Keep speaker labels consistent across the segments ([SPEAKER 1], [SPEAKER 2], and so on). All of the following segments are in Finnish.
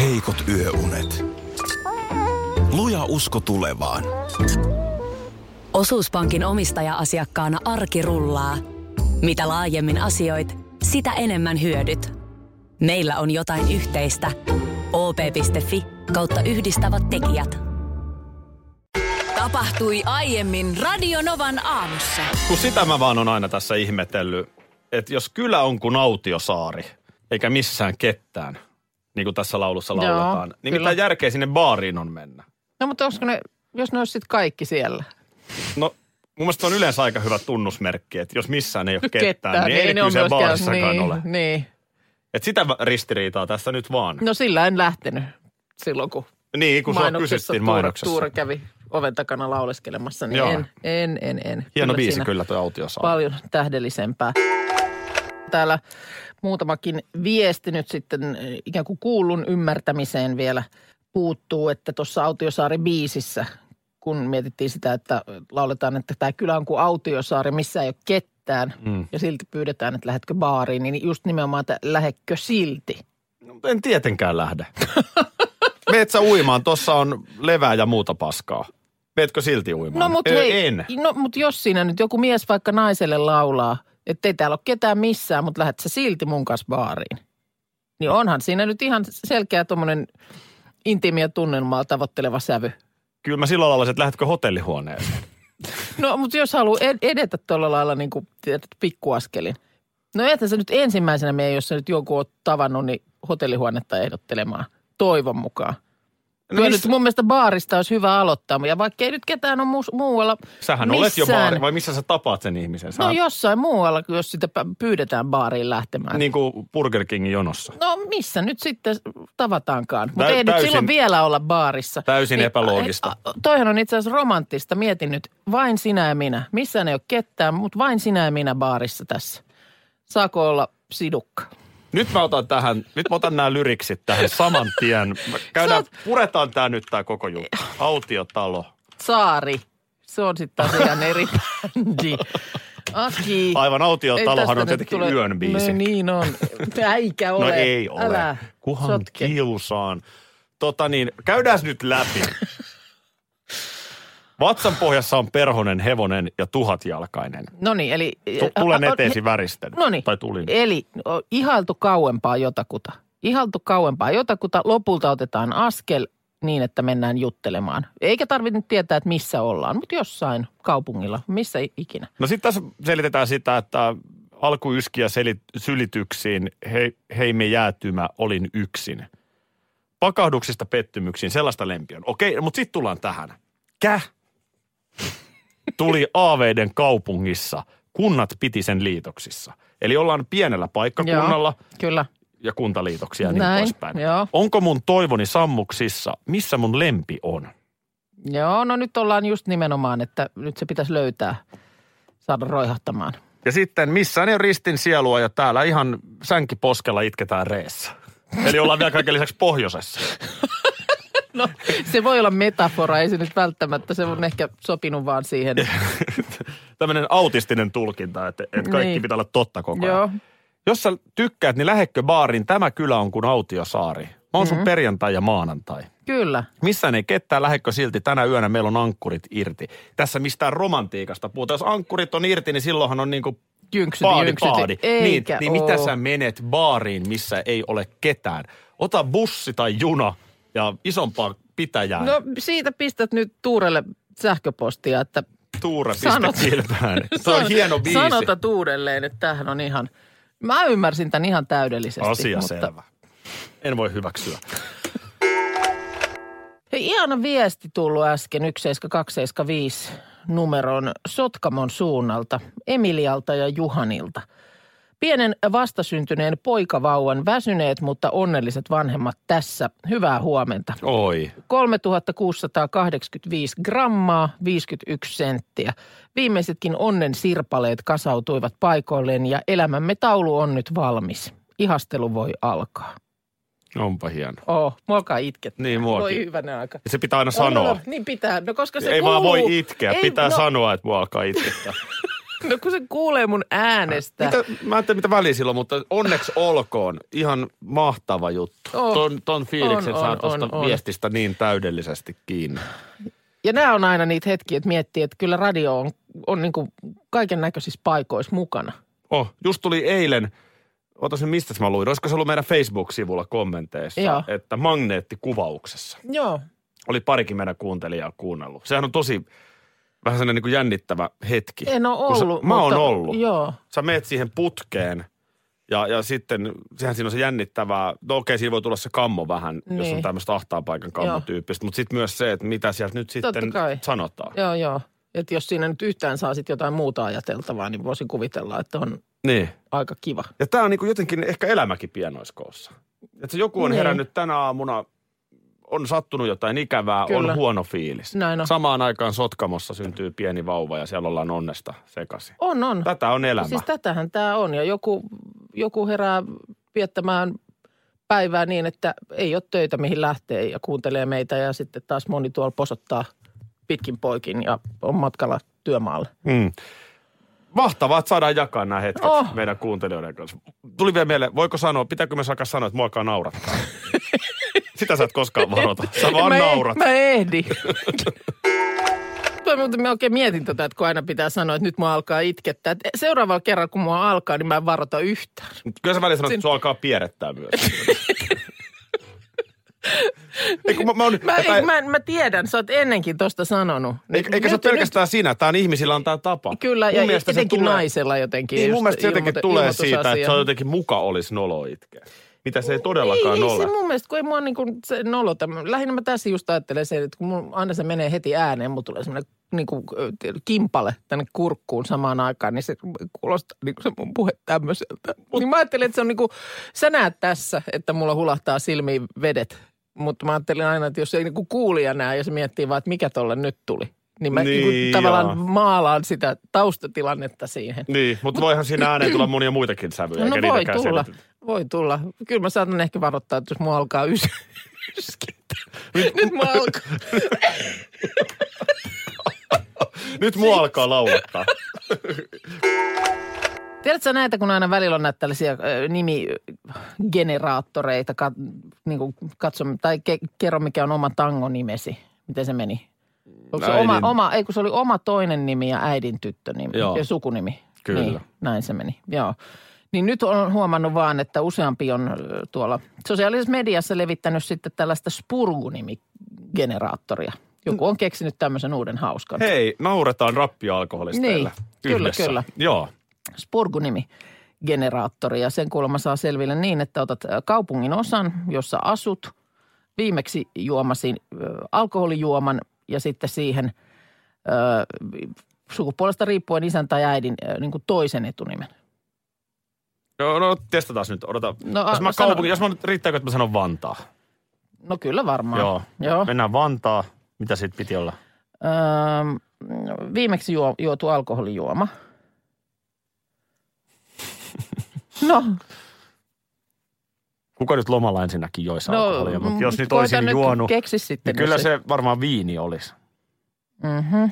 [SPEAKER 1] heikot yöunet. Luja usko tulevaan.
[SPEAKER 2] Osuuspankin omistaja-asiakkaana arki rullaa. Mitä laajemmin asioit, sitä enemmän hyödyt. Meillä on jotain yhteistä. op.fi kautta yhdistävät tekijät.
[SPEAKER 3] Tapahtui aiemmin Radionovan aamussa.
[SPEAKER 4] Kun sitä mä vaan on aina tässä ihmetellyt, että jos kylä on kuin autiosaari, eikä missään kettään, niin kuin tässä laulussa
[SPEAKER 5] Joo,
[SPEAKER 4] lauletaan, niin
[SPEAKER 5] kyllä.
[SPEAKER 4] mitä järkeä sinne baariin on mennä?
[SPEAKER 5] No mutta onko ne, jos ne olisi sitten kaikki siellä?
[SPEAKER 4] No, mun mielestä on yleensä aika hyvä tunnusmerkki, että jos missään ei ole kettään,
[SPEAKER 5] Ketään,
[SPEAKER 4] niin ei ne
[SPEAKER 5] ole
[SPEAKER 4] kyllä siellä
[SPEAKER 5] myöskään-
[SPEAKER 4] baarissakaan
[SPEAKER 5] niin,
[SPEAKER 4] ole.
[SPEAKER 5] Niin.
[SPEAKER 4] Et sitä va- ristiriitaa tässä nyt vaan.
[SPEAKER 5] No sillä en lähtenyt silloin, kun,
[SPEAKER 4] niin, kun sua
[SPEAKER 5] mainoksessa,
[SPEAKER 4] kysyttiin
[SPEAKER 5] Tuure,
[SPEAKER 4] mainoksessa.
[SPEAKER 5] Tuure kävi oven takana lauleskelemassa, niin
[SPEAKER 4] Joo.
[SPEAKER 5] en, en, en, en.
[SPEAKER 4] Hieno biisi
[SPEAKER 5] siinä
[SPEAKER 4] kyllä toi autiosaari.
[SPEAKER 5] Paljon tähdellisempää. Täällä muutamakin viesti nyt sitten eh, ikään kuin kuullun ymmärtämiseen vielä puuttuu, että tuossa Autiosaari biisissä, kun mietittiin sitä, että lauletaan, että tämä kylä on kuin Autiosaari, missä ei ole kettään,
[SPEAKER 4] Mm.
[SPEAKER 5] ja silti pyydetään, että lähetkö baariin, niin just nimenomaan, että lähetkö silti.
[SPEAKER 4] No, en tietenkään lähde. Meet sä uimaan, tossa on levää ja muuta paskaa. Meetkö silti uimaan?
[SPEAKER 5] No mut
[SPEAKER 4] Ö,
[SPEAKER 5] hei,
[SPEAKER 4] En.
[SPEAKER 5] no mut jos siinä nyt joku mies vaikka naiselle laulaa, että ei täällä ole ketään missään, mutta lähdet sä silti mun kanssa baariin. Niin onhan siinä nyt ihan selkeä tuommoinen intiimiä tunnelmaa tavoitteleva sävy.
[SPEAKER 4] Kyllä mä sillä lailla, että lähdetkö hotellihuoneeseen.
[SPEAKER 5] No mutta jos haluaa ed- edetä tuolla lailla niin kuin tiedät, pikkuaskelin. No ethän sä nyt ensimmäisenä mene, jos sä nyt joku oot tavannut, niin hotellihuonetta ehdottelemaan. Toivon mukaan. No Kyllä nyt
[SPEAKER 4] missä-
[SPEAKER 5] mun mielestä baarista olisi hyvä aloittaa, ja vaikka ei nyt ketään ole muus- muualla
[SPEAKER 4] Sähän
[SPEAKER 5] missään,
[SPEAKER 4] olet jo baari, vai missä sä tapaat sen ihmisen? Sä
[SPEAKER 5] No jossain muualla, jos sitä pä- pyydetään baariin lähtemään. Niin.
[SPEAKER 4] Niin kuin Burger Kingin jonossa.
[SPEAKER 5] No missä nyt sitten tavataankaan? Mutta ei nyt
[SPEAKER 4] täysin-
[SPEAKER 5] silloin vielä olla baarissa. Niin, eh,
[SPEAKER 4] Täysin epäloogista.
[SPEAKER 5] a- a- Toihan on itse asiassa romanttista. Mietin nyt, vain sinä ja minä. Missään ei ole ketään, mutta vain sinä ja minä baarissa tässä. Saako olla sidukka?
[SPEAKER 4] Nyt mä otan tähän, nyt mä otan nämä lyriksit tähän saman tien. Mä Käydään,
[SPEAKER 5] Sä
[SPEAKER 4] puretaan tää nyt tää koko juttu. Autiotalo.
[SPEAKER 5] Saari. Se on sitten taas ihan eri bändi. Aki.
[SPEAKER 4] Aivan
[SPEAKER 5] Ei
[SPEAKER 4] autiotalohan
[SPEAKER 5] tästä
[SPEAKER 4] on
[SPEAKER 5] nyt
[SPEAKER 4] tietenkin
[SPEAKER 5] tule-
[SPEAKER 4] yön biisi.
[SPEAKER 5] No niin on. Äikä ole.
[SPEAKER 4] No ei ole.
[SPEAKER 5] Älä
[SPEAKER 4] Kuhan
[SPEAKER 5] sotke.
[SPEAKER 4] kiusaan. Tota niin, käydään nyt läpi. Vatsan pohjassa on perhonen, hevonen ja tuhatjalkainen.
[SPEAKER 5] No niin, eli...
[SPEAKER 4] Tu- tulen
[SPEAKER 5] a- a-
[SPEAKER 4] eteesi väristen.
[SPEAKER 5] No niin.
[SPEAKER 4] Tai tulin.
[SPEAKER 5] Eli o, ihailtu kauempaa jotakuta. Ihailtu kauempaa jotakuta. Lopulta otetaan askel niin, että mennään juttelemaan. Eikä tarvitse nyt tietää, että missä ollaan, mutta jossain kaupungilla, missä i- ikinä.
[SPEAKER 4] No sitten tässä selitetään sitä, että alkuyskiä selit- sylityksiin, hei, hei me jäätymä, olin yksin. Pakahduksista pettymyksiin, sellaista lempiä. on. Okei, mutta sitten tullaan tähän. Käh? Tuli aaveiden kaupungissa, kunnat piti sen liitoksissa. Eli ollaan pienellä paikkakunnalla
[SPEAKER 5] Joo, kyllä.
[SPEAKER 4] ja kuntaliitoksia ja niin
[SPEAKER 5] Näin,
[SPEAKER 4] poispäin.
[SPEAKER 5] joo. Onko
[SPEAKER 4] Onko mun toivoni sammuksissa? Missä mun lempi on?
[SPEAKER 5] Joo, no nyt ollaan just nimenomaan, että nyt se pitäisi löytää, saada roihahtamaan.
[SPEAKER 4] Ja sitten missään ei ole ristin sielua ja täällä ihan sänkiposkella itketään reessä. Eli ollaan vielä kaiken lisäksi pohjoisessa.
[SPEAKER 5] No, se voi olla metafora, ei se nyt välttämättä, se on ehkä sopinut vaan siihen.
[SPEAKER 4] Tämmöinen autistinen tulkinta, että, että kaikki
[SPEAKER 5] Niin.
[SPEAKER 4] pitää olla totta koko ajan.
[SPEAKER 5] Joo,
[SPEAKER 4] Jos sä tykkäät, niin lähekkö baariin. Tämä kylä on kuin autiosaari. Mä oon
[SPEAKER 5] Mm-hmm.
[SPEAKER 4] sun perjantai ja maanantai.
[SPEAKER 5] kyllä.
[SPEAKER 4] Missään ei ketään lähekkö silti. Tänä yönä meillä on ankkurit irti. Tässä mistään romantiikasta puhutaan. Jos ankkurit on irti, niin silloinhan on niinku
[SPEAKER 5] Jynksyti,
[SPEAKER 4] Paadi,
[SPEAKER 5] jynksyti.
[SPEAKER 4] paadi. Niin,
[SPEAKER 5] Eikä
[SPEAKER 4] niin mitä
[SPEAKER 5] oo.
[SPEAKER 4] sä menet baariin, missä ei ole ketään? Ota bussi tai juna ja isompaa pitäjää.
[SPEAKER 5] No siitä pistät nyt Tuurelle sähköpostia, että
[SPEAKER 4] Tuure
[SPEAKER 5] sanot-
[SPEAKER 4] pistä kilpään. Se on hieno biisi.
[SPEAKER 5] Sanotat uudelleen, että tämähän on ihan, mä ymmärsin tämän ihan täydellisesti.
[SPEAKER 4] Asia selvä. En voi hyväksyä.
[SPEAKER 5] Hei, ihana viesti tullut äsken 17275 numeron Sotkamon suunnalta, Emilialta ja Juhanilta. Pienen vastasyntyneen poikavauvan väsyneet, mutta onnelliset vanhemmat tässä. Hyvää huomenta.
[SPEAKER 4] Oi.
[SPEAKER 5] 3685 grammaa, 51 senttiä. Viimeisetkin onnen sirpaleet kasautuivat paikoilleen ja elämämme taulu on nyt valmis. Ihastelu voi alkaa.
[SPEAKER 4] Onpa hieno.
[SPEAKER 5] Oh, mua alkaa itkettä.
[SPEAKER 4] Niin
[SPEAKER 5] Voi
[SPEAKER 4] muakin.
[SPEAKER 5] hyvänä aika.
[SPEAKER 4] Se pitää aina
[SPEAKER 5] No,
[SPEAKER 4] sanoa.
[SPEAKER 5] No, no, niin pitää, no koska se
[SPEAKER 4] ei
[SPEAKER 5] kuuluu.
[SPEAKER 4] vaan voi itkeä.
[SPEAKER 5] Ei,
[SPEAKER 4] pitää
[SPEAKER 5] no,
[SPEAKER 4] sanoa, että mua alkaa itkettää.
[SPEAKER 5] No kun se kuulee mun äänestä.
[SPEAKER 4] Mitä, mä en tiedä, mitä väliä silloin, mutta onneksi olkoon. Ihan mahtava juttu.
[SPEAKER 5] Oh, On.
[SPEAKER 4] Ton, ton fiiliksen
[SPEAKER 5] On,
[SPEAKER 4] saa
[SPEAKER 5] on,
[SPEAKER 4] tuosta
[SPEAKER 5] on, on.
[SPEAKER 4] viestistä niin täydellisesti kiinni.
[SPEAKER 5] Ja nämä on aina niitä hetkiä, että miettii, että kyllä radio on, on niin kaiken näköisissä paikoissa mukana.
[SPEAKER 4] Oh, just tuli eilen, ota sen mistä mä luin, olisiko se ollut meidän Facebook-sivulla kommenteissa,
[SPEAKER 5] Joo.
[SPEAKER 4] että magneettikuvauksessa.
[SPEAKER 5] Joo.
[SPEAKER 4] Oli parikin meidän kuuntelijaa kuunnellut. Sehän on tosi vähän sellainen niin kuin jännittävä hetki.
[SPEAKER 5] En ole
[SPEAKER 4] Kun
[SPEAKER 5] ollut.
[SPEAKER 4] Sä, mä oon
[SPEAKER 5] mutta-
[SPEAKER 4] ollut.
[SPEAKER 5] Joo.
[SPEAKER 4] Sä meet siihen putkeen ja, ja sitten, sehän siinä on se jännittävää, no okei, siinä voi tulla se kammo vähän, niin. jos on
[SPEAKER 5] Niin.
[SPEAKER 4] tämmöistä ahtaan paikan
[SPEAKER 5] Joo.
[SPEAKER 4] kammotyyppistä, mutta sitten myös se, että mitä sieltä nyt
[SPEAKER 5] Totta
[SPEAKER 4] sitten
[SPEAKER 5] kai.
[SPEAKER 4] sanotaan.
[SPEAKER 5] Joo, joo. Että jos siinä nyt yhtään saa sit jotain muuta ajateltavaa, niin voisin kuvitella, että on
[SPEAKER 4] Niin.
[SPEAKER 5] aika kiva.
[SPEAKER 4] Ja tämä on niinku jotenkin ehkä elämäkin pienoiskoossa. Että joku on
[SPEAKER 5] Niin.
[SPEAKER 4] herännyt tänä aamuna, on sattunut jotain ikävää,
[SPEAKER 5] Kyllä. No,
[SPEAKER 4] on huono fiilis.
[SPEAKER 5] Näin on.
[SPEAKER 4] Samaan aikaan Sotkamossa syntyy pieni vauva ja siellä ollaan onnesta sekaisin.
[SPEAKER 5] On, on.
[SPEAKER 4] Tätä on elämä.
[SPEAKER 5] Siis tätähän tämä on. Ja joku, joku herää viettämään päivää niin, että ei ole töitä, mihin lähtee ja kuuntelee meitä. Ja sitten taas moni tuolla posottaa pitkin poikin ja on matkalla työmaalle.
[SPEAKER 4] Mm. Mahtavaa, että saadaan jakaa nämä hetket oh.
[SPEAKER 5] Oh.
[SPEAKER 4] meidän kuuntelijoiden kanssa. Tuli vielä mieleen, voiko sanoa, pitääkö me alkaa sanoa, että mua alkaa naurattaa? Sitä sä et koskaan varota. Sä vaan
[SPEAKER 5] mä,
[SPEAKER 4] naurat.
[SPEAKER 5] En, mä ehdin. Mä muuten mä oikein mietin tätä, että kun aina pitää sanoa, että nyt mua alkaa itkettää. Et Seuraavalla kerralla, kun mua alkaa, niin mä en varota yhtään.
[SPEAKER 4] Mut Kyllä sä välillä sanot, että
[SPEAKER 5] Sin-
[SPEAKER 4] sua alkaa pierettää myös. Ei, kun mä, mä, on,
[SPEAKER 5] Mä,
[SPEAKER 4] tai-
[SPEAKER 5] ei, mä, mä tiedän, sä oot ennenkin tosta sanonut.
[SPEAKER 4] Eikä, eikä se ole
[SPEAKER 5] Nyt- nyt-
[SPEAKER 4] pelkästään sinä, tämä on ihmisillä on tämä tapa.
[SPEAKER 5] Kyllä,
[SPEAKER 4] Mun
[SPEAKER 5] ja
[SPEAKER 4] mielestä se
[SPEAKER 5] etenkin
[SPEAKER 4] tulee-
[SPEAKER 5] naisella jotenkin.
[SPEAKER 4] Niin, mun
[SPEAKER 5] just
[SPEAKER 4] mielestä se jotenkin
[SPEAKER 5] ilmoite-
[SPEAKER 4] tulee
[SPEAKER 5] ilmoitusasia.
[SPEAKER 4] siitä, että se on jotenkin muka olisi nolo itkeä. Mitä se ei todellakaan
[SPEAKER 5] ei, ei
[SPEAKER 4] ole.
[SPEAKER 5] se mun mielestä, kun ei mua niin kuin se nolota. Mä- Lähinnä mä tässä just ajattelen sen, että kun mun, aina se menee heti ääneen, mulla tulee semmoinen niin kuin, kimpale tänne kurkkuun samaan aikaan, niin se kuulostaa niin kuin se mun puhe tämmöiseltä. Mut, niin mä ajattelin, että se on niin kuin, sä näet tässä, että mulla hulahtaa silmiin vedet. Mutta mä ajattelin aina, että jos ei niin kuin kuulija näe ja se miettii vaan, että mikä tolle nyt tuli. Niin mä niin,
[SPEAKER 4] Niin,
[SPEAKER 5] niin kuin,
[SPEAKER 4] jaa.
[SPEAKER 5] tavallaan maalaan sitä taustatilannetta siihen.
[SPEAKER 4] Niin, mutta voihan siinä ääneen tulla monia muitakin sävyjä,
[SPEAKER 5] No
[SPEAKER 4] eikä
[SPEAKER 5] voi
[SPEAKER 4] niitäkään
[SPEAKER 5] tulla,
[SPEAKER 4] selitetä.
[SPEAKER 5] voi tulla. Kyllä mä saatan ehkä varoittaa, että jos mua alkaa ys- yskittää. Nyt mua alkaa.
[SPEAKER 4] Nyt mua alkaa laulattaa.
[SPEAKER 5] Tiedätkö sä näitä, kun aina välillä on näitä tällaisia ö, nimigeneraattoreita, kat- niin kuin katso, tai ke- kerro mikä on oma tangon nimesi. Miten se meni? Onko se
[SPEAKER 4] Äidin-
[SPEAKER 5] oma, oma, ei kun se oli oma toinen nimi ja äidin tyttönimi
[SPEAKER 4] Joo.
[SPEAKER 5] ja sukunimi.
[SPEAKER 4] Kyllä.
[SPEAKER 5] Niin, näin se meni, joo. Niin nyt on huomannut vaan, että useampi on ö, tuolla sosiaalisessa mediassa levittänyt sitten tällaista spurgunimigeneraattoria. Joku on keksinyt tämmöisen uuden hauskan.
[SPEAKER 4] Hei, nauretaan rappia-alkoholisteille.
[SPEAKER 5] Niin, kyllä, kyllä.
[SPEAKER 4] Joo.
[SPEAKER 5] Spurgunimi generaattori ja sen kuulemma saa selville niin, että otat ö, kaupungin osan, jossa asut, viimeksi juomasi ö, alkoholijuoman ja sitten siihen ö, sukupuolesta riippuen isän tai äidin ö, niin kuin toisen etunimen.
[SPEAKER 4] No, no testataan nyt, odota.
[SPEAKER 5] No,
[SPEAKER 4] jos mä
[SPEAKER 5] a- sano-
[SPEAKER 4] kaupungin, jos mä nyt, riittääkö, että mä sanon Vantaa?
[SPEAKER 5] No kyllä varmaan.
[SPEAKER 4] Joo.
[SPEAKER 5] Joo.
[SPEAKER 4] Mennään Vantaa. Mitä siitä piti olla?
[SPEAKER 5] Öö, viimeksi juo, juotu alkoholijuoma. No,
[SPEAKER 4] Kuka nyt lomalla ensinnäkin joissa
[SPEAKER 5] no
[SPEAKER 4] alkoholia, mutta jos nyt
[SPEAKER 5] koita
[SPEAKER 4] olisin juonut,
[SPEAKER 5] Keksi sitten.
[SPEAKER 4] niin kyllä
[SPEAKER 5] jos-
[SPEAKER 4] se varmaan viini olisi.
[SPEAKER 5] Mhm.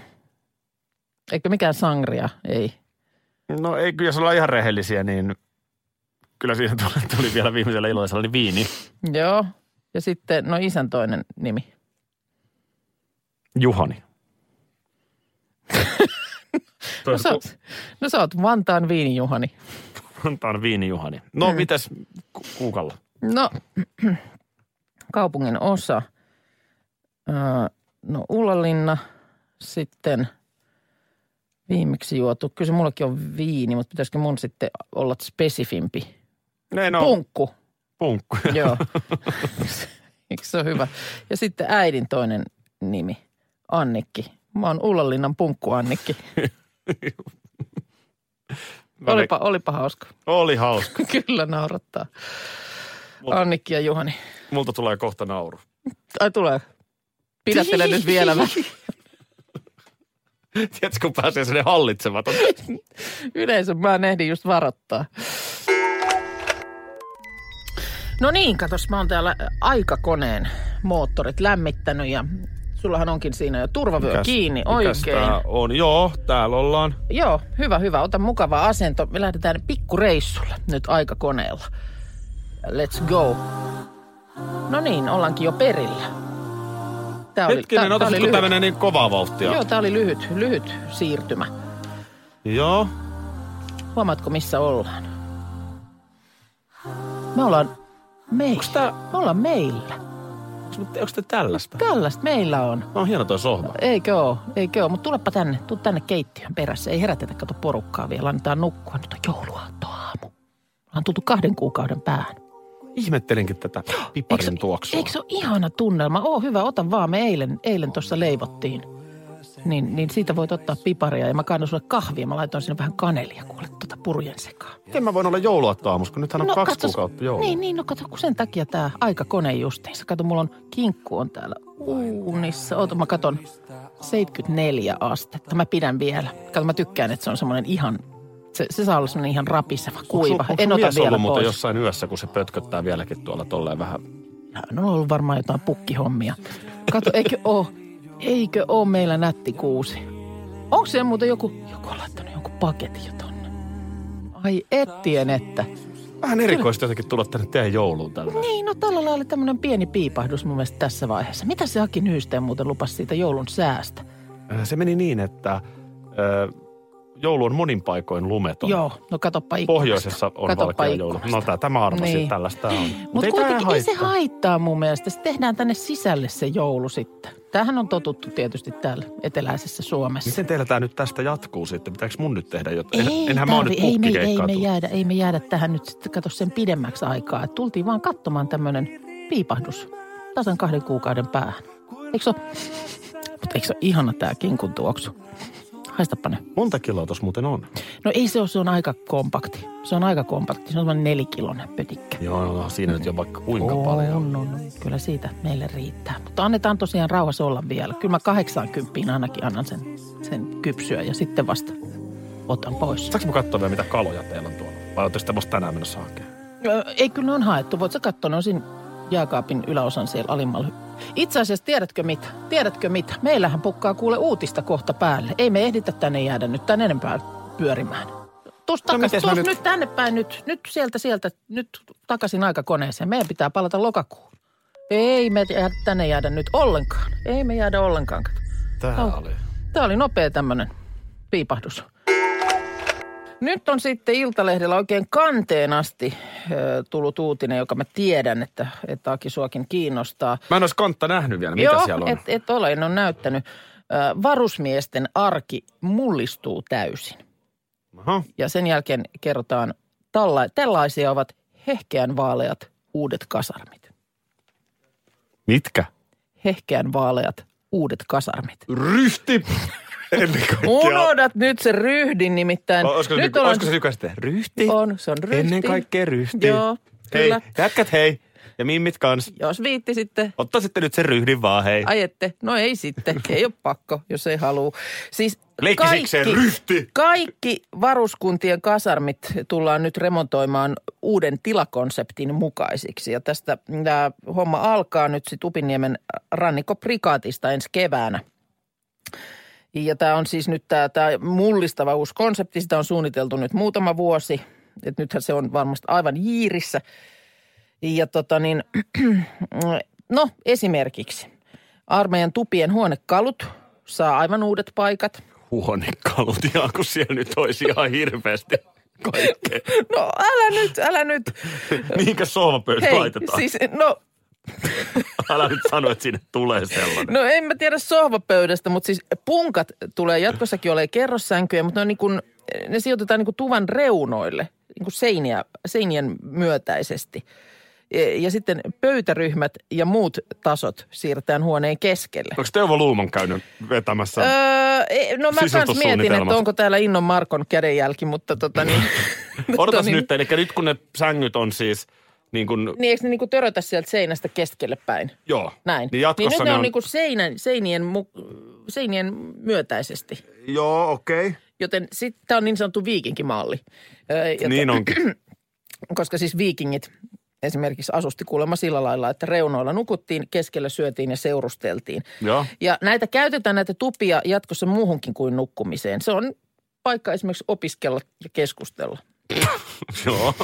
[SPEAKER 5] Eikö mikään sangria? Ei.
[SPEAKER 4] No ei, kyllä jos ollaan ihan rehellisiä, niin kyllä siinä tuli, tuli vielä viimeisellä iloisella, niin viini.
[SPEAKER 5] Joo. Ja sitten, no isän toinen nimi.
[SPEAKER 4] Juhani.
[SPEAKER 5] No sä, oot, no sä oot Vantaan viinijuhani.
[SPEAKER 4] Antaan viini Juhani. No mm. mitäs ku- kuukalla?
[SPEAKER 5] No, kaupungin osa. Öö, no Ullalinna, sitten viimeksi juotu. Kyllä se mullakin on viini, mutta pitäisikö mun sitten olla spesifimpi?
[SPEAKER 4] Ei
[SPEAKER 5] No. Punkku,
[SPEAKER 4] Punkku.
[SPEAKER 5] joo. Eikö se ole hyvä? Ja sitten äidin toinen nimi, Annikki. Mä oon Ullanlinnan punkku Annikki. Olipa, olipa hauska.
[SPEAKER 4] Oli hauska.
[SPEAKER 5] Kyllä naurattaa. Annikki ja Juhani.
[SPEAKER 4] Multa tulee kohta nauru.
[SPEAKER 5] Ai tulee. Pidättele nyt vielä vähän.
[SPEAKER 4] Tiedätkö, kun pääsee sinne hallitsematon.
[SPEAKER 5] Yleensä mä en ehdi just varoittaa. No niin, katos, mä oon täällä aikakoneen moottorit lämmittänyt ja Sullahan onkin siinä jo turvavyö
[SPEAKER 4] Mikäs-
[SPEAKER 5] kiinni,
[SPEAKER 4] mikäs
[SPEAKER 5] oikein.
[SPEAKER 4] tää on? Joo, täällä ollaan.
[SPEAKER 5] Joo, hyvä, hyvä. Ota mukava asento. Me lähdetään pikkureissulle nyt aikakoneella. Let's go. No niin, ollaankin jo perillä. Tää
[SPEAKER 4] Hetkinen, otasitko
[SPEAKER 5] lyhyt.
[SPEAKER 4] tämmönen niin kovaa vauhtia?
[SPEAKER 5] Joo, tää oli lyhyt, lyhyt siirtymä.
[SPEAKER 4] Joo.
[SPEAKER 5] Huomaatko, missä ollaan? Me ollaan meillä.
[SPEAKER 4] tää-
[SPEAKER 5] Me ollaan meillä.
[SPEAKER 4] Onko te tällaista?
[SPEAKER 5] Tällaista meillä on.
[SPEAKER 4] No on hieno toi sohva.
[SPEAKER 5] Eikö oo, eikö oo. Mutta tulepa tänne, tuu tänne keittiön perässä. Ei herätetä kato porukkaa vielä, annetaan nukkua. Nyt on jouluaattoaamu. Ollaan tultu kahden kuukauden päähän.
[SPEAKER 4] Ihmettelinkin tätä
[SPEAKER 5] Eikö se-
[SPEAKER 4] piparin tuoksua.
[SPEAKER 5] Eikö se ole ihana tunnelma? Oo hyvä, ota vaan. Me eilen, eilen tuossa leivottiin. Niin, niin siitä voit ottaa piparia ja mä kannan sulle kahvia. Mä laitoin sinne vähän kanelia kuule tuota purjen sekaan.
[SPEAKER 4] Miten mä voin olla jouluaattoaamussa, kun nythän on kaksi
[SPEAKER 5] No, katsos-
[SPEAKER 4] kuukautta joulua.
[SPEAKER 5] Niin, niin, no kato, kun sen takia tämä aikakone justiinsa. Kato, mulla on kinkku on täällä uunissa. Oota, mä katon 74 astetta. Mä pidän vielä. Kato, mä tykkään, että se on semmoinen ihan, se, se saa olla semmoinen ihan rapiseva, kuiva.
[SPEAKER 4] Onko
[SPEAKER 5] en
[SPEAKER 4] sun
[SPEAKER 5] ota
[SPEAKER 4] mies
[SPEAKER 5] vielä
[SPEAKER 4] ollut muuten
[SPEAKER 5] pois.
[SPEAKER 4] jossain yössä, kun se pötköttää vieläkin tuolla tolleen vähän.
[SPEAKER 5] No, on ollut varmaan jotain pukkihommia. Kato, eikö oo, eikö oo meillä nätti kuusi? Onko se muuten joku, joku on laittanut jonkun paketin jo tonne? Ai ettien, että.
[SPEAKER 4] Vähän erikoista jotenkin tulla tänne teidän jouluun tällä.
[SPEAKER 5] Niin, no tällä lailla tämmöinen pieni piipahdus mun mielestä tässä vaiheessa. Mitä se Aki Nyysten muuten lupasi siitä joulun säästä?
[SPEAKER 4] Se meni niin, että ö, joulu on monin paikoin lumeton.
[SPEAKER 5] Joo, no katoppa ikkunasta.
[SPEAKER 4] Pohjoisessa on
[SPEAKER 5] Katoppa
[SPEAKER 4] valkea joulu.
[SPEAKER 5] ikkunasta.
[SPEAKER 4] No tää, tämä arvasin,
[SPEAKER 5] Niin.
[SPEAKER 4] niin. tällaista tää on.
[SPEAKER 5] Mutta
[SPEAKER 4] ei tää
[SPEAKER 5] kuitenkin ei se
[SPEAKER 4] haittaa.
[SPEAKER 5] haittaa mun mielestä. Se tehdään tänne sisälle se joulu sitten. Tämähän on totuttu tietysti täällä eteläisessä Suomessa.
[SPEAKER 4] Miten teillä tämä nyt tästä jatkuu sitten? Pitääkö mun nyt tehdä jotain?
[SPEAKER 5] Ei,
[SPEAKER 4] Enhän mä oon nyt
[SPEAKER 5] tarvi- ei, me, ei,
[SPEAKER 4] pukkikeikkaa
[SPEAKER 5] me
[SPEAKER 4] tullut.
[SPEAKER 5] jäädä, ei me jäädä tähän nyt sitten, kato sen pidemmäksi aikaa. Et tultiin vaan katsomaan tämmöinen piipahdus tasan kahden kuukauden päähän. Eikö se ole, mutta eikö se ole ihana tää kinkun tuoksu? Haistapa ne.
[SPEAKER 4] Monta kiloa tuossa muuten on?
[SPEAKER 5] No ei se ole, se on aika kompakti. Se on aika kompakti, se on semmoinen nelikilonen pötikkä.
[SPEAKER 4] Joo, no, no, siinä nyt jo vaikka kuinka paljon.
[SPEAKER 5] On, on, on. Kyllä siitä meille riittää. Mutta annetaan tosiaan rauhassa olla vielä. Kyllä mä 80 ainakin annan sen, sen kypsyä ja sitten vasta otan pois.
[SPEAKER 4] Saanko mä katsoa vielä, mitä kaloja teillä on tuolla? Vai ootteko te vasta tänään menossa hakemaan?
[SPEAKER 5] Ö, Ei kyllä ne on haettu. Voit sä katsoa, ne on siinä jääkaapin yläosan siellä alimmalla. Itse asiassa tiedätkö mitä? Tiedätkö mitä? Meillähän pukkaa kuule uutista kohta päälle. Ei me ehditä tänne jäädä nyt tän enempää pyörimään. Tuus
[SPEAKER 4] No
[SPEAKER 5] takas,
[SPEAKER 4] mites
[SPEAKER 5] tuus
[SPEAKER 4] mä
[SPEAKER 5] nyt...
[SPEAKER 4] nyt-
[SPEAKER 5] nyt tänne päin, nyt, nyt sieltä sieltä, nyt takaisin aikakoneeseen. Meidän pitää palata lokakuun. Ei me jää- tänne jäädä nyt ollenkaan. Ei me jäädä ollenkaan. Kato.
[SPEAKER 4] Tää
[SPEAKER 5] Oh.
[SPEAKER 4] oli.
[SPEAKER 5] Tämä oli nopea tämmöinen piipahdus. Nyt on sitten Iltalehdellä oikein kanteen asti ö, tullut uutinen, joka mä tiedän, että, että Aki suakin kiinnostaa.
[SPEAKER 4] Mä en olisi kantta nähnyt vielä, mitä
[SPEAKER 5] Joo,
[SPEAKER 4] siellä on.
[SPEAKER 5] Et, et ole, en ole näyttänyt. Ö, varusmiesten arki mullistuu täysin.
[SPEAKER 4] Aha.
[SPEAKER 5] Ja sen jälkeen kerrotaan, tälla, tällaisia ovat hehkeän vaaleat uudet kasarmit.
[SPEAKER 4] Mitkä?
[SPEAKER 5] Hehkeän vaaleat uudet kasarmit.
[SPEAKER 4] Ryhti! Ennen kaikkea.
[SPEAKER 5] Unohdat nyt sen ryhdin nimittäin.
[SPEAKER 4] Olisiko,
[SPEAKER 5] nyt
[SPEAKER 4] nyt
[SPEAKER 5] ollaan-
[SPEAKER 4] olisiko se nykyään sitten ryhti?
[SPEAKER 5] On, se on ryhti.
[SPEAKER 4] Ennen kaikkea ryhti.
[SPEAKER 5] Joo,
[SPEAKER 4] Hei,
[SPEAKER 5] kyllä.
[SPEAKER 4] jätkät hei. Ja mimmit kans.
[SPEAKER 5] Jos viitti sitten,
[SPEAKER 4] Otta sitten nyt sen ryhdin vaan hei.
[SPEAKER 5] ajette. No ei sitten, ei ole pakko, jos ei halua. Siis
[SPEAKER 4] Leikkisikseen ryhti.
[SPEAKER 5] kaikki varuskuntien kasarmit tullaan nyt remontoimaan uuden tilakonseptin mukaisiksi. Ja tästä tämä homma alkaa nyt sitten Upiniemen rannikkoprikaatista ensi keväänä. Ja tämä on siis nyt tämä, tämä mullistava uusi konsepti, sitä on suunniteltu nyt muutama vuosi. Et nythän se on varmasti aivan jiirissä. Ja tota niin, no esimerkiksi armeijan tupien huonekalut saa aivan uudet paikat.
[SPEAKER 4] Huonekalut, ihan kun siellä nyt olisi ihan hirveästi kaikkea.
[SPEAKER 5] No älä nyt, älä nyt.
[SPEAKER 4] Mihinkä sohvapöytä
[SPEAKER 5] Hei,
[SPEAKER 4] laitetaan?
[SPEAKER 5] siis no,
[SPEAKER 4] Älä nyt sano, että sinne tulee sellainen.
[SPEAKER 5] no en mä tiedä sohvapöydästä, mutta siis punkat tulee jatkossakin olemaan kerrossänkyjä, mutta ne, on niin kuin, ne sijoitetaan niin kuin tuvan reunoille niin kuin seiniä, seinien myötäisesti. E- Ja sitten pöytäryhmät ja muut tasot siirretään huoneen keskelle.
[SPEAKER 4] Onko Teuvo Luuman käynyt vetämässä?
[SPEAKER 5] Öö, ei, no mä kans mietin, että
[SPEAKER 4] Sisustussuunnitelmat.
[SPEAKER 5] onko täällä Innon Markon kädenjälki, mutta tota niin.
[SPEAKER 4] Odotas
[SPEAKER 5] niin-
[SPEAKER 4] nyt, eli nyt kun ne sängyt on siis niin kuin,
[SPEAKER 5] Niin eikö ne niinku törötä sieltä seinästä keskelle päin?
[SPEAKER 4] joo.
[SPEAKER 5] Näin.
[SPEAKER 4] Niin jatkossa
[SPEAKER 5] niin nyt
[SPEAKER 4] ne on,
[SPEAKER 5] niinku seinän, seinien, mu- seinien myötäisesti.
[SPEAKER 4] Joo, okei. Okay.
[SPEAKER 5] Joten sitten tämä on niin sanottu viikinkimalli. Öö, jota-
[SPEAKER 4] Niin onkin.
[SPEAKER 5] Koska siis viikingit esimerkiksi asusti kuulemma sillä lailla, että reunoilla nukuttiin, keskellä syötiin ja seurusteltiin.
[SPEAKER 4] Joo.
[SPEAKER 5] Ja näitä käytetään näitä tupia jatkossa muuhunkin kuin nukkumiseen. Se on paikka esimerkiksi opiskella ja keskustella.
[SPEAKER 4] Joo.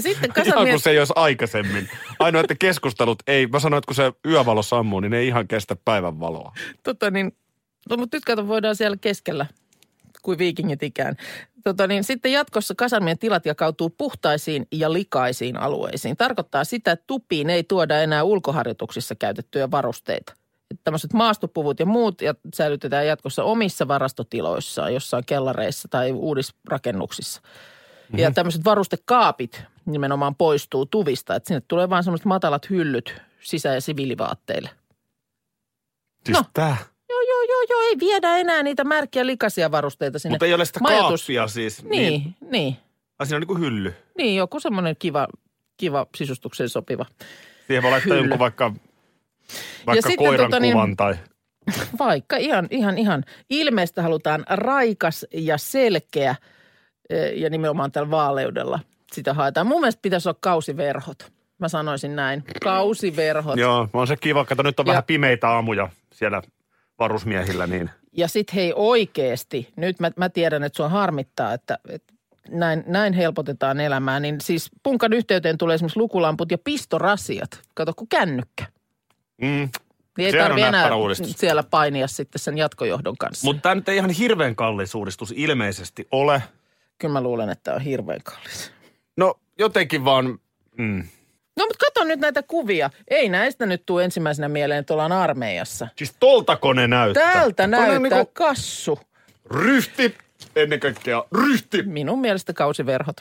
[SPEAKER 5] sitten
[SPEAKER 4] Ihan kun
[SPEAKER 5] kasamies...
[SPEAKER 4] se ei olisi aikaisemmin. Ainoa, että keskustelut ei. Mä sanoin, että kun se yövalo sammuu, niin ne ei ihan kestä päivän valoa.
[SPEAKER 5] tota niin, no mutta nyt kato, voidaan siellä keskellä, kuin viikingit ikään. Tota niin, sitten jatkossa kasarmien tilat jakautuu puhtaisiin ja likaisiin alueisiin. Tarkoittaa sitä, että tupiin ei tuoda enää ulkoharjoituksissa käytettyjä varusteita. Että Tämmöiset maastopuvut ja muut ja säilytetään jatkossa omissa varastotiloissaan, jossain kellareissa tai uudisrakennuksissa. Ja tämmöiset varustekaapit nimenomaan poistuu tuvista, että sinne tulee vain semmoiset matalat hyllyt sisä- ja siviilivaatteille.
[SPEAKER 4] Siis
[SPEAKER 5] No.
[SPEAKER 4] tää.
[SPEAKER 5] Joo, joo, joo, joo, ei viedä enää niitä märkiä likaisia varusteita sinne.
[SPEAKER 4] Mutta ei ole sitä
[SPEAKER 5] Majoitus-
[SPEAKER 4] kaappia siis.
[SPEAKER 5] Niin, niin, niin,
[SPEAKER 4] Ai siinä on niin kuin hylly.
[SPEAKER 5] niin joku semmoinen kiva, kiva sisustukseen sopiva.
[SPEAKER 4] Siihen voi laittaa
[SPEAKER 5] Hylly.
[SPEAKER 4] jonkun vaikka, vaikka
[SPEAKER 5] sitten
[SPEAKER 4] koiran
[SPEAKER 5] tota niin-
[SPEAKER 4] kuvan tai...
[SPEAKER 5] Vaikka ihan, ihan, ihan. Ilmeistä halutaan raikas ja selkeä eh, ja nimenomaan tällä vaaleudella sitä haetaan. Mun mielestä pitäisi olla kausiverhot. Mä sanoisin näin. Kausiverhot.
[SPEAKER 4] Joo, on se kiva. Kato, nyt on
[SPEAKER 5] Ja-
[SPEAKER 4] vähän pimeitä aamuja siellä varusmiehillä, niin
[SPEAKER 5] Ja sit hei oikeesti, nyt mä, mä tiedän, että sua harmittaa, että, että näin, näin helpotetaan elämää. Niin siis punkan yhteyteen tulee esimerkiksi lukulamput ja pistorasiat. Kato, kun kännykkä.
[SPEAKER 4] Mm.
[SPEAKER 5] Niin ei
[SPEAKER 4] Sehän on
[SPEAKER 5] tarvi enää
[SPEAKER 4] näppärä uudistus.
[SPEAKER 5] siellä painia sitten sen jatkojohdon kanssa. Mut.
[SPEAKER 4] Mutta tämä nyt ei ihan hirveän kallis uudistus ilmeisesti ole.
[SPEAKER 5] Kyllä mä luulen, että tämä on hirveän kallis.
[SPEAKER 4] No jotenkin vaan, mm.
[SPEAKER 5] No mutta kato nyt näitä kuvia. Ei näistä nyt tule ensimmäisenä mieleen, että ollaan armeijassa.
[SPEAKER 4] siis toltako ne näyttää?
[SPEAKER 5] Täältä
[SPEAKER 4] Tuonne on
[SPEAKER 5] näyttää
[SPEAKER 4] niinku
[SPEAKER 5] kassu.
[SPEAKER 4] ryhti, ennen kaikkea ryhti.
[SPEAKER 5] Minun mielestä kausiverhot.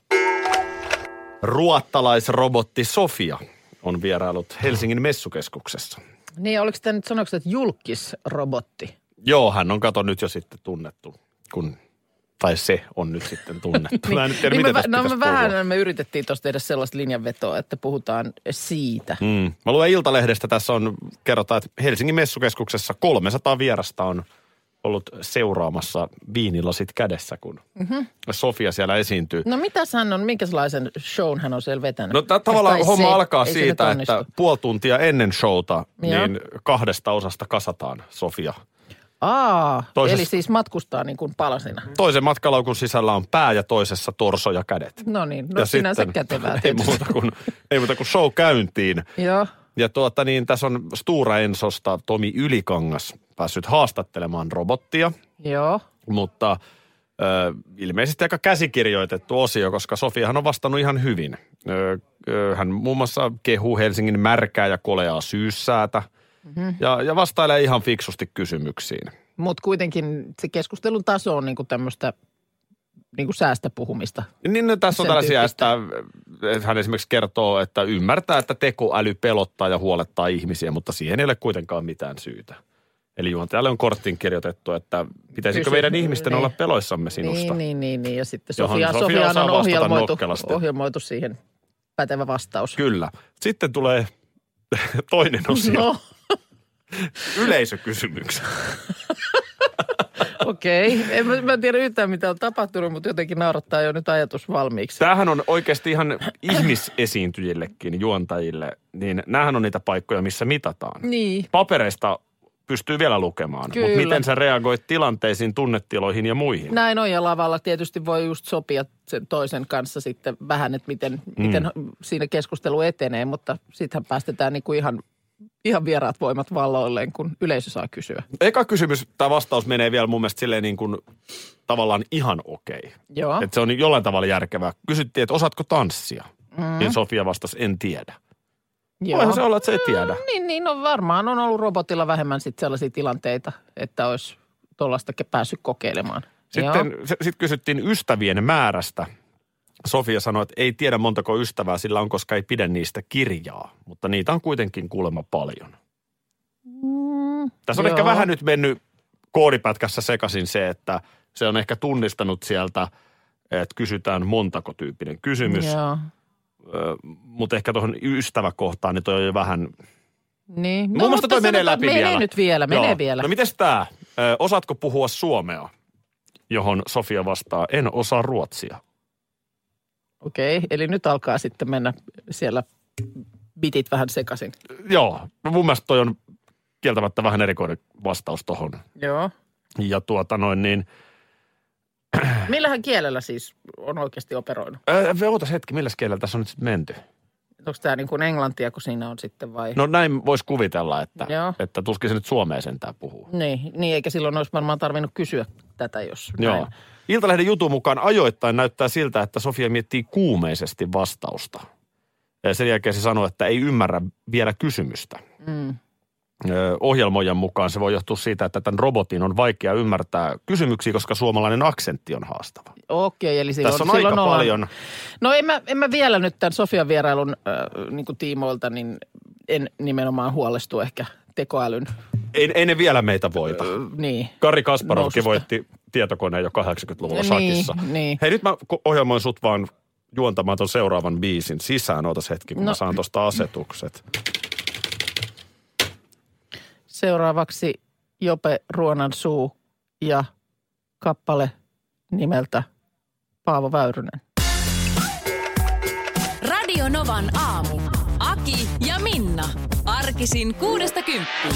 [SPEAKER 4] Ruottalaisrobotti Sofia on vierailut Helsingin messukeskuksessa.
[SPEAKER 5] Niin, oliko tämä nyt sanoksi, että julkisrobotti?
[SPEAKER 4] Joo, hän on kato nyt jo sitten tunnettu, kun, tai se on nyt sitten tunnettu. Mä en nyt tiedä,
[SPEAKER 5] niin
[SPEAKER 4] miten
[SPEAKER 5] me,
[SPEAKER 4] tästä
[SPEAKER 5] no
[SPEAKER 4] pitäisi
[SPEAKER 5] me
[SPEAKER 4] puhua.
[SPEAKER 5] vähän me yritettiin tuossa tehdä sellaista linjanvetoa, että puhutaan siitä.
[SPEAKER 4] Mm. Mä luen Iltalehdestä, tässä on, kerrotaan, että Helsingin messukeskuksessa 300 vierasta on ollut seuraamassa viinilasit kädessä, kun
[SPEAKER 5] Mhm.
[SPEAKER 4] mm-hmm. Sofia siellä esiintyy.
[SPEAKER 5] No mitäs hän on, minkälaisen shown hän on siellä vetänyt?
[SPEAKER 4] No tää
[SPEAKER 5] Tai
[SPEAKER 4] tavallaan
[SPEAKER 5] se,
[SPEAKER 4] homma alkaa
[SPEAKER 5] ei se
[SPEAKER 4] siitä,
[SPEAKER 5] nyt onnistu.
[SPEAKER 4] että puoli tuntia ennen showta,
[SPEAKER 5] Joo.
[SPEAKER 4] niin kahdesta osasta kasataan Sofia.
[SPEAKER 5] Aa,
[SPEAKER 4] Toisessa-
[SPEAKER 5] eli siis matkustaa niin kuin palasina.
[SPEAKER 4] Toisen matkalaukun sisällä on pää ja toisessa torso ja kädet.
[SPEAKER 5] No niin, no
[SPEAKER 4] ja
[SPEAKER 5] sinänsä kätevää
[SPEAKER 4] ei
[SPEAKER 5] tietysti.
[SPEAKER 4] muuta, kuin, ei muuta kuin show käyntiin.
[SPEAKER 5] Joo,
[SPEAKER 4] Ja tuota niin, tässä on Stura Ensosta Tomi Ylikangas päässyt haastattelemaan robottia,
[SPEAKER 5] joo.
[SPEAKER 4] mutta ö, ilmeisesti aika käsikirjoitettu osio, koska Sofiahan on vastannut ihan hyvin. Ö, ö, hän muun muassa kehuu Helsingin märkää ja koleaa syyssäätä
[SPEAKER 5] Mhm.
[SPEAKER 4] mm-hmm. ja, ja vastailee ihan fiksusti kysymyksiin.
[SPEAKER 5] Mutta kuitenkin se keskustelun taso on niin kuin tämmöistä niin kuin säästä puhumista.
[SPEAKER 4] Niin no, tässä on
[SPEAKER 5] Sen
[SPEAKER 4] tällaisia, että että hän esimerkiksi kertoo, että ymmärtää, että tekoäly pelottaa ja huolettaa ihmisiä, mutta siihen ei ole kuitenkaan mitään syytä. Eli Juhan, täällä on korttiin kirjoitettu, että pitäisikö
[SPEAKER 5] Kysy-
[SPEAKER 4] meidän ihmisten
[SPEAKER 5] niin.
[SPEAKER 4] olla peloissamme sinusta.
[SPEAKER 5] Niin, niin, niin, niin. Ja sitten
[SPEAKER 4] Johon
[SPEAKER 5] Sofia,
[SPEAKER 4] Sofia
[SPEAKER 5] Sofiaan
[SPEAKER 4] osaa
[SPEAKER 5] on
[SPEAKER 4] vastata
[SPEAKER 5] ohjelmoitu,
[SPEAKER 4] nokkelasti.
[SPEAKER 5] ohjelmoitu siihen pätevä vastaus.
[SPEAKER 4] Kyllä. Sitten tulee toinen osio, no.
[SPEAKER 5] No,
[SPEAKER 4] yleisökysymykset.
[SPEAKER 5] okei. En mä, mä en tiedä yhtään, mitä on tapahtunut, mutta jotenkin naurattaa jo nyt ajatus valmiiksi.
[SPEAKER 4] Tämähän on oikeasti ihan ihmisesiintyjillekin, juontajille, niin näähän on niitä paikkoja, missä mitataan.
[SPEAKER 5] Niin.
[SPEAKER 4] Papereista pystyy vielä lukemaan, mutta
[SPEAKER 5] Kyllä.
[SPEAKER 4] miten sä reagoit tilanteisiin, tunnetiloihin ja muihin?
[SPEAKER 5] Näin on ja lavalla tietysti voi just sopia sen toisen kanssa sitten vähän, että miten, mm. miten siinä keskustelu etenee, mutta sittenhän päästetään niin kuin ihan, ihan vieraat voimat valloilleen, kun yleisö saa kysyä.
[SPEAKER 4] Eka kysymys, tämä vastaus menee vielä mun mielestä silleen niin kuin tavallaan ihan okei.
[SPEAKER 5] Joo.
[SPEAKER 4] Että se on jollain tavalla järkevää. Kysyttiin, että osaatko tanssia? Mm. Niin Sofia vastasi, en tiedä.
[SPEAKER 5] Joo.
[SPEAKER 4] Voihan se olla, että se ei tiedä.
[SPEAKER 5] Niin, niin no varmaan on ollut robotilla vähemmän sitten sellaisia tilanteita, että olisi tuollaista päässyt kokeilemaan.
[SPEAKER 4] Sitten se, sit kysyttiin ystävien määrästä. Sofia sanoi, että ei tiedä montako ystävää sillä on, koska ei pidä niistä kirjaa. Mutta niitä on kuitenkin kuulemma paljon.
[SPEAKER 5] Joo.
[SPEAKER 4] Tässä on
[SPEAKER 5] Mm, Joo.
[SPEAKER 4] ehkä vähän nyt mennyt koodipätkässä sekaisin se, että se on ehkä tunnistanut sieltä, että kysytään montako tyyppinen kysymys.
[SPEAKER 5] Joo.
[SPEAKER 4] mutta ehkä tuohon ystäväkohtaan, niin toi on jo vähän...
[SPEAKER 5] Niin.
[SPEAKER 4] No, Mun mielestä
[SPEAKER 5] mutta
[SPEAKER 4] toi menee
[SPEAKER 5] sanotaan,
[SPEAKER 4] läpi
[SPEAKER 5] menee
[SPEAKER 4] vielä.
[SPEAKER 5] nyt vielä, menee
[SPEAKER 4] Joo.
[SPEAKER 5] vielä.
[SPEAKER 4] No mites tää? Ö, osaatko puhua suomea? Johon Sofia vastaa, en osaa ruotsia.
[SPEAKER 5] Okei, okay, eli nyt alkaa sitten mennä siellä bitit vähän sekaisin.
[SPEAKER 4] Joo, no mun mielestä toi on kieltämättä vähän erikoinen vastaus tohon.
[SPEAKER 5] Joo.
[SPEAKER 4] Ja tuota noin niin,
[SPEAKER 5] Millähän kielellä siis on oikeasti operoinut?
[SPEAKER 4] ää, ootas hetki, millä kielellä tässä on nyt sitten menty?
[SPEAKER 5] Onko tämä niin kuin englantia, kun siinä on sitten vai?
[SPEAKER 4] No näin voisi kuvitella, että,
[SPEAKER 5] Joo.
[SPEAKER 4] että tuskin se nyt suomeen sentään puhuu.
[SPEAKER 5] Niin, niin, eikä silloin olisi varmaan tarvinnut kysyä tätä, jos
[SPEAKER 4] Joo.
[SPEAKER 5] näin.
[SPEAKER 4] Iltalehden jutun mukaan ajoittain näyttää siltä, että Sofia miettii kuumeisesti vastausta. Ja sen jälkeen se sanoi, että ei ymmärrä vielä kysymystä.
[SPEAKER 5] Mm.
[SPEAKER 4] Ö, Ohjelmoijan mukaan se voi johtua siitä, että tämän robotin on vaikea ymmärtää kysymyksiä, koska suomalainen aksentti on haastava.
[SPEAKER 5] Okei, eli silloin,
[SPEAKER 4] Tässä on aika
[SPEAKER 5] silloin ollaan-
[SPEAKER 4] paljon.
[SPEAKER 5] No en mä, en mä vielä nyt tämän Sofian vierailun äh, niin kuin tiimoilta, niin en nimenomaan huolestu ehkä tekoälyn.
[SPEAKER 4] Ei, ei ne vielä meitä voita.
[SPEAKER 5] Niin.
[SPEAKER 4] Kari Kasparovkin
[SPEAKER 5] Noususta.
[SPEAKER 4] voitti tietokoneen jo 80-luvulla
[SPEAKER 5] Niin,
[SPEAKER 4] sakissa.
[SPEAKER 5] niin.
[SPEAKER 4] Hei, nyt mä ko- ohjelmoin sut vaan juontamaan ton seuraavan biisin sisään. Ootas hetki, kun no. mä
[SPEAKER 5] No.
[SPEAKER 4] saan tosta asetukset.
[SPEAKER 5] Seuraavaksi Jope Ruonan suu ja kappale nimeltä Paavo Väyrynen.
[SPEAKER 2] Radio Novan aamu. Aki ja Minna. Arkisin kuudesta kymppiin.